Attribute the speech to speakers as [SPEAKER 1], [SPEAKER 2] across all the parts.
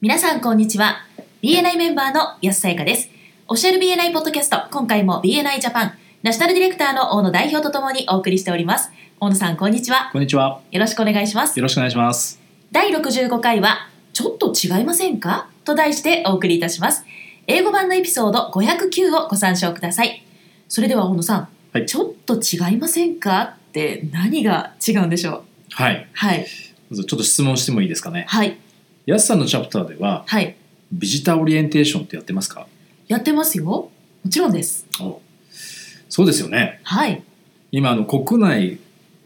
[SPEAKER 1] 皆さん、こんにちは。BNI メンバーの安さやかです。オフィシャル BNI ポッドキャスト、今回も BNI ジャパン、ナショナルディレクターの大野代表とともにお送りしております。大野さん、こんにちは。
[SPEAKER 2] こんにちは。
[SPEAKER 1] よろしくお願いします。
[SPEAKER 2] よろしくお願いします。
[SPEAKER 1] 第65回は、ちょっと違いませんかと題してお送りいたします。英語版のエピソード509をご参照ください。それでは、大野さん、
[SPEAKER 2] はい
[SPEAKER 1] ちょっと違いませんかって何が違うんでしょう
[SPEAKER 2] はい。
[SPEAKER 1] はい。
[SPEAKER 2] まずちょっと質問してもいいですかね。
[SPEAKER 1] はい。
[SPEAKER 2] やすさんのチャプターでは、
[SPEAKER 1] はい。
[SPEAKER 2] ビジターオリエンテーションってやってますか
[SPEAKER 1] やってますよ。もちろんです。
[SPEAKER 2] おそうですよね。
[SPEAKER 1] はい。
[SPEAKER 2] 今、あの、国内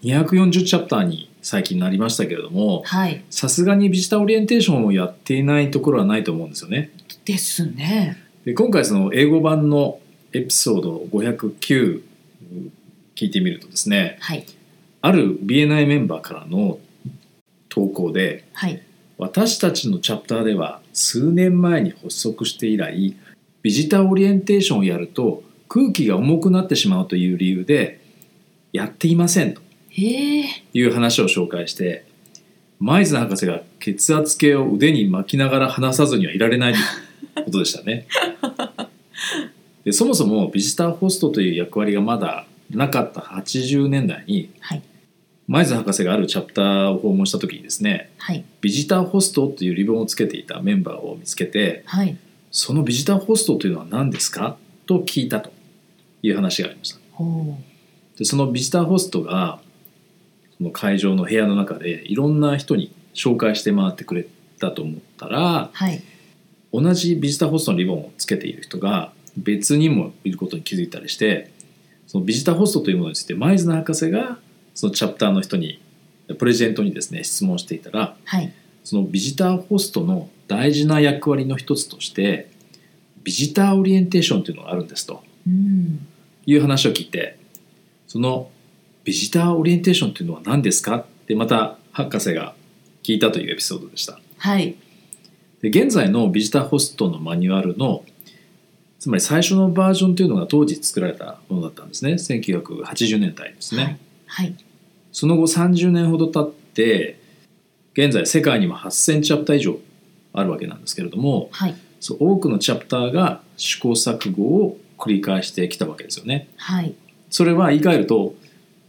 [SPEAKER 2] 240チャプターに最近なりましたけれども、
[SPEAKER 1] はい。
[SPEAKER 2] さすがにビジターオリエンテーションをやっていないところはないと思うんですよね。
[SPEAKER 1] ですね。
[SPEAKER 2] で今回、その英語版のエピソード509聞いてみるとですね、
[SPEAKER 1] はい。
[SPEAKER 2] ある BNI メンバーからの投稿で、
[SPEAKER 1] はい。
[SPEAKER 2] 私たちのチャプターでは数年前に発足して以来ビジターオリエンテーションをやると空気が重くなってしまうという理由でやっていませんと
[SPEAKER 1] へえ。
[SPEAKER 2] いう話を紹介して舞鶴博士が血圧計を腕に巻きながら話さずにはいられないということでしたね。でそもそもビジターホストという役割がまだなかった80年代に
[SPEAKER 1] はい。
[SPEAKER 2] 舞鶴博士があるチャプターを訪問した時にですね
[SPEAKER 1] はい。
[SPEAKER 2] ビジターホストというリボンをつけていたメンバーを見つけて
[SPEAKER 1] はい。
[SPEAKER 2] そのビジターホストというのは何ですかと聞いたという話がありました
[SPEAKER 1] ほ
[SPEAKER 2] でそのビジターホストがその会場の部屋の中でいろんな人に紹介して回ってくれたと思ったら
[SPEAKER 1] う。はい。
[SPEAKER 2] 同じビジターホストのリボンをつけている人が別にもいることに気づいたりしてそのビジターホストというものについて舞鶴博士がそのチャプターの人にプレゼントにですね質問していたら
[SPEAKER 1] はい。
[SPEAKER 2] そのビジターホストの大事な役割の一つとしてビジターオリエンテーションというのがあるんですと
[SPEAKER 1] うん。
[SPEAKER 2] いう話を聞いてそのビジターオリエンテーションというのは何ですかってまた博士が聞いたというエピソードでした
[SPEAKER 1] はい。
[SPEAKER 2] で現在のビジターホストのマニュアルのつまり最初のバージョンというのが当時作られたものだったんですね1980年代ですね、
[SPEAKER 1] はい。はい。
[SPEAKER 2] その後30年ほど経って現在世界にも8,000チャプター以上あるわけなんですけれども
[SPEAKER 1] はい。
[SPEAKER 2] そう多くのチャプターが試行錯誤を繰り返してきたわけですよね。
[SPEAKER 1] はい。
[SPEAKER 2] それは言い換えると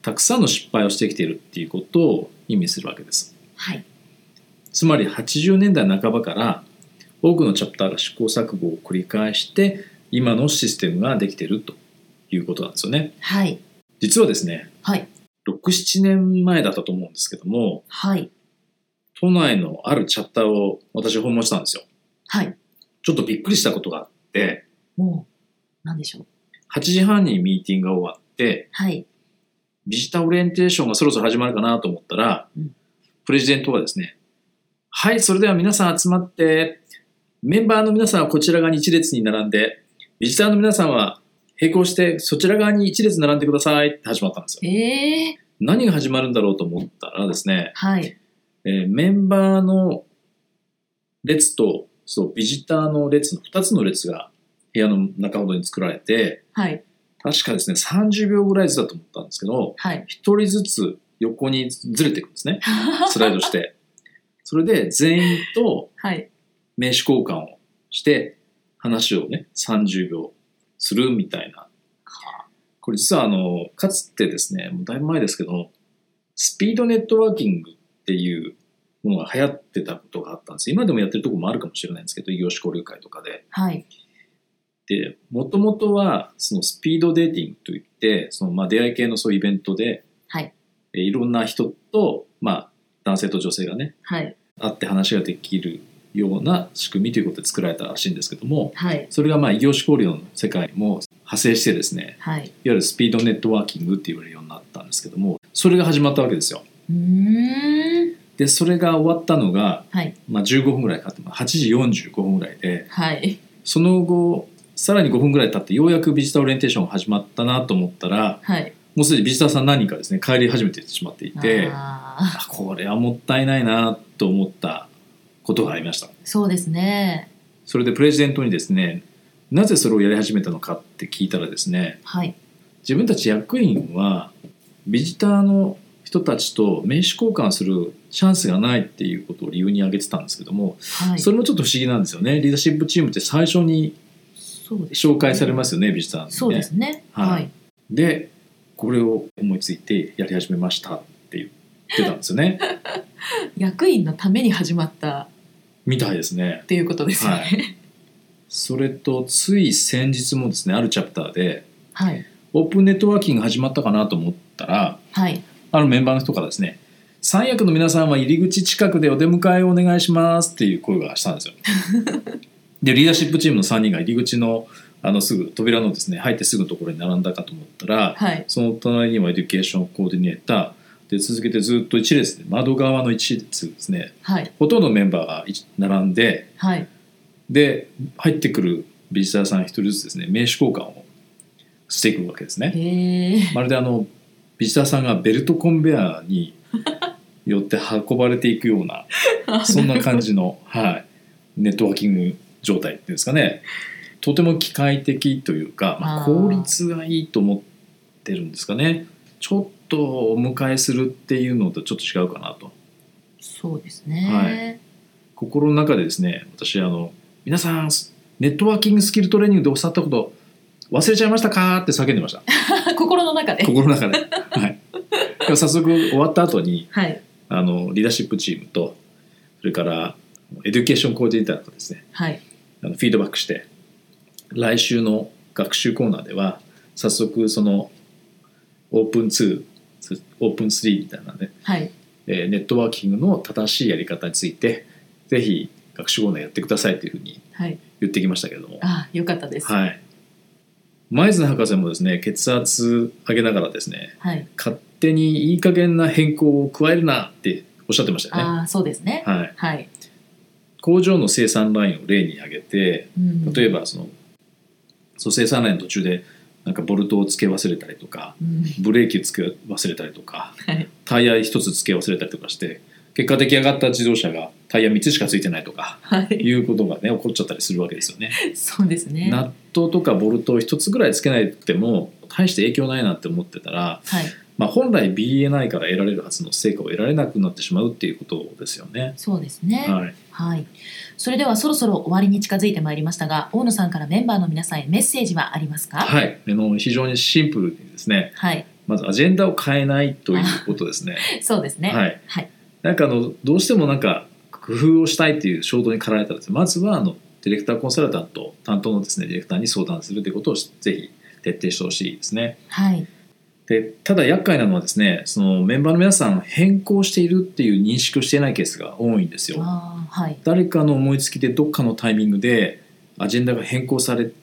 [SPEAKER 2] たくさんの失敗をしてきているっていうことを意味するわけです。
[SPEAKER 1] はい。
[SPEAKER 2] つまり80年代半ばから多くのチャプターが試行錯誤を繰り返して今のシステムができているということなんですよね。
[SPEAKER 1] はい。
[SPEAKER 2] 実はですね
[SPEAKER 1] はい。
[SPEAKER 2] 67年前だったと思うんですけども
[SPEAKER 1] はい。
[SPEAKER 2] 都内のあるチャプターを私訪問したんですよ。
[SPEAKER 1] はい。
[SPEAKER 2] ちょっとびっくりしたことがあって、
[SPEAKER 1] もう、なんでしょう。
[SPEAKER 2] 8時半にミーティングが終わって、
[SPEAKER 1] はい。
[SPEAKER 2] ビジターオリエンテーションがそろそろ始まるかなと思ったら、
[SPEAKER 1] うん
[SPEAKER 2] プレジデントがですね、はい、それでは皆さん集まって、メンバーの皆さんはこちら側に一列に並んで、ビジターの皆さんは並行してそちら側に一列並んでくださいって始まったんですよ。
[SPEAKER 1] ええ
[SPEAKER 2] 何が始まるんだろうと思ったらですね、
[SPEAKER 1] はい。
[SPEAKER 2] えーメンバーの列とそうビジターの列の2つの列が部屋の中ほどに作られて
[SPEAKER 1] はい。
[SPEAKER 2] 確かですね30秒ぐらいずつだと思ったんですけど
[SPEAKER 1] はい。
[SPEAKER 2] 1人ずつ横にずれていくんですねスライドしてそれで全員と
[SPEAKER 1] はい。
[SPEAKER 2] 名刺交換をして話をね30秒するみたいなこれ実はあのかつてですねもうだいぶ前ですけどスピードネットワーキングっていうものが流行ってたことがあったんです今でもやってるとこもあるかもしれないんですけど異業種交流会とかで
[SPEAKER 1] はい。
[SPEAKER 2] でもともとはそのスピードデーティングといってそのまあ出会い系のそういうイベントで、
[SPEAKER 1] はい
[SPEAKER 2] えいろんな人と、まあ、男性と女性がね
[SPEAKER 1] はい。
[SPEAKER 2] 会って話ができるような仕組みということで作られたらしいんですけども
[SPEAKER 1] はい。
[SPEAKER 2] それがまあ異業種交流の世界にも派生してですね
[SPEAKER 1] はい。
[SPEAKER 2] いわゆるスピードネットワーキングって言われるようになったんですけどもそれが始まったわけですよ
[SPEAKER 1] うーん。
[SPEAKER 2] でそれが終わったのが、
[SPEAKER 1] はい。
[SPEAKER 2] まあ、15分ぐらいかかってまあ8時45分ぐらいで
[SPEAKER 1] はい。
[SPEAKER 2] その後さらに5分ぐらい経ってようやくビジターオリエンテーションが始まったなと思ったら
[SPEAKER 1] はい。
[SPEAKER 2] もうすでにビジターさん何人かですね帰り始めてしまっていてあ
[SPEAKER 1] あ
[SPEAKER 2] これはもったいないなと思ったことがありました
[SPEAKER 1] ーそうですね。
[SPEAKER 2] それでプレジデントにですねなぜそれをやり始めたのかって聞いたらですね
[SPEAKER 1] はい。
[SPEAKER 2] 自分たち役員はビジターの人たちと名刺交換するチャンスがないっていうことを理由に挙げてたんですけども、
[SPEAKER 1] はい、
[SPEAKER 2] それもちょっと不思議なんですよねリーダーシップチームって最初に
[SPEAKER 1] そうです
[SPEAKER 2] 紹介されますよねビジターにね。
[SPEAKER 1] そうですね。
[SPEAKER 2] はい
[SPEAKER 1] はい。
[SPEAKER 2] でこれを思いついてやり始めましたって言ってたんですよね
[SPEAKER 1] 役員のために始まった
[SPEAKER 2] みたいですね
[SPEAKER 1] っ。ていうことですよね。
[SPEAKER 2] それとつい先日もですねあるチャプターで
[SPEAKER 1] はい。
[SPEAKER 2] オープンネットワーキング始まったかなと思ったら
[SPEAKER 1] はい。
[SPEAKER 2] あるメンバーの人からですね三役の皆さんは入り口近くでお出迎えをお願いしますっていう声がした んですよ。でリーダーシップチームの3人が入り口のあのすぐ扉のですね入ってすぐのところに並んだかと思ったら
[SPEAKER 1] はい。
[SPEAKER 2] その隣にはエデュケーションコーディネーターで続けてずっと一列で窓側の一列ですね
[SPEAKER 1] はい。
[SPEAKER 2] ほとんどのメンバーが一並んで
[SPEAKER 1] はい。
[SPEAKER 2] で入ってくるビジターさん一人ずつですね名刺交換をしていくわけですね。
[SPEAKER 1] へえ。
[SPEAKER 2] まるであのビジターさんがベルトコンベア によって運ばれていくようなそんな感じの、はい、ネットワーキング状態っていうんですかねとても機械的というか、まあ
[SPEAKER 1] あー
[SPEAKER 2] 効率がいいと思ってるんですかねちょっとお迎えするっていうのとちょっと違うかなと
[SPEAKER 1] そうですね。
[SPEAKER 2] はい心の中でですね私あの皆さんネットワーキングスキルトレーニングでおっしゃったこと忘れちゃいましたかって叫んでました
[SPEAKER 1] 心の中で。
[SPEAKER 2] 心の中で。はい、でも早速終わった後に
[SPEAKER 1] はい。
[SPEAKER 2] あのリーダーシップチームとそれからエデュケーションコーディネーターとですね
[SPEAKER 1] はい。
[SPEAKER 2] あのフィードバックして来週の学習コーナーでは早速そのオープン2オープン3みたいなね、
[SPEAKER 1] はい。
[SPEAKER 2] えーネットワーキングの正しいやり方についてぜひ学習コーナーやってくださいというふうに
[SPEAKER 1] はい。
[SPEAKER 2] 言ってきましたけれども、
[SPEAKER 1] ああ、よかったです。
[SPEAKER 2] はい、前津博士もですね血圧上げながらですね
[SPEAKER 1] はい。
[SPEAKER 2] 勝手にいい加減な変更を加えるなっておっしゃってましたよね。
[SPEAKER 1] ああ、そうですね。
[SPEAKER 2] はい、
[SPEAKER 1] はい。
[SPEAKER 2] 工場の生産ラインを例に挙げて
[SPEAKER 1] うん。
[SPEAKER 2] 例えばそのそう生産ラインの途中でなんかボルトを付け忘れたりとか
[SPEAKER 1] うん
[SPEAKER 2] ブレーキを付け忘れたりとか
[SPEAKER 1] はい。
[SPEAKER 2] タイヤ一つ付け忘れたりとかして結果出来上がった自動車がタイヤ3つしか付いてないとか
[SPEAKER 1] はい。
[SPEAKER 2] いうことがね起こっちゃったりするわけですよね。
[SPEAKER 1] そうですね。
[SPEAKER 2] ナットとかボルトを一つぐらい付けなくても大して影響ないなって思ってたら
[SPEAKER 1] はい。
[SPEAKER 2] まあ、本来 BNI から得られるはずの成果を得られなくなってしまうっていうことですよね。
[SPEAKER 1] そうですね。
[SPEAKER 2] はい、
[SPEAKER 1] はい。それではそろそろ終わりに近づいてまいりましたが、大野さんからメンバーの皆さんへメッセージはありますか？い。
[SPEAKER 2] はい、あの非常にシンプルにですね
[SPEAKER 1] はい。
[SPEAKER 2] まずアジェンダを変えないということですね。
[SPEAKER 1] そうですね。。
[SPEAKER 2] はいい、なんかあのどうしてもなんか工夫をしたいっていう衝動に駆られたらですねまずはあのディレクターコンサルタント担当のですねディレクターに相談するということをしぜひ徹底してほしいですね。
[SPEAKER 1] はい。
[SPEAKER 2] でただ厄介なのはですねそのメンバーの皆さん変更しているっていう認識をしていないケースが多いんですよ。
[SPEAKER 1] ああ、はい。
[SPEAKER 2] 誰かの思いつきでどっかのタイミングでアジェンダが変更され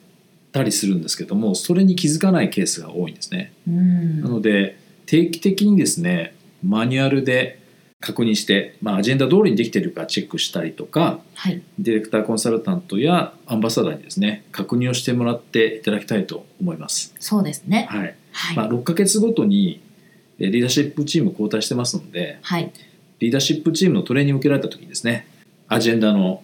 [SPEAKER 2] たりするんですけどもそれに気づかないケースが多いんですね。
[SPEAKER 1] うん。
[SPEAKER 2] なので定期的にですねマニュアルで確認して、まあ、アジェンダ通りにできているかチェックしたりとか
[SPEAKER 1] はい。
[SPEAKER 2] ディレクターコンサルタントやアンバサダーにですね確認をしてもらっていただきたいと思います。
[SPEAKER 1] そうですね。
[SPEAKER 2] はい
[SPEAKER 1] はい。
[SPEAKER 2] まあ、6ヶ月ごとにえーリーダーシップチーム交代してますので
[SPEAKER 1] はい。
[SPEAKER 2] リーダーシップチームのトレーニングを受けられた時にですねアジェンダの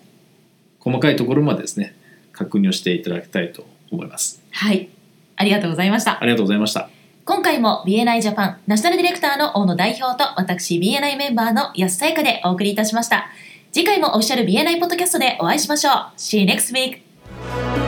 [SPEAKER 2] 細かいところまでですね確認をしていただきたいと思います
[SPEAKER 1] はい。ありがとうございました。
[SPEAKER 2] ありがとうございました
[SPEAKER 1] 今回も BNI ジャパンナショナルディレクターの大野代表と私 BNI メンバーの安さやかでお送りいたしました。次回もオフィシャル BNI ポッドキャストでお会いしましょう。See you next week!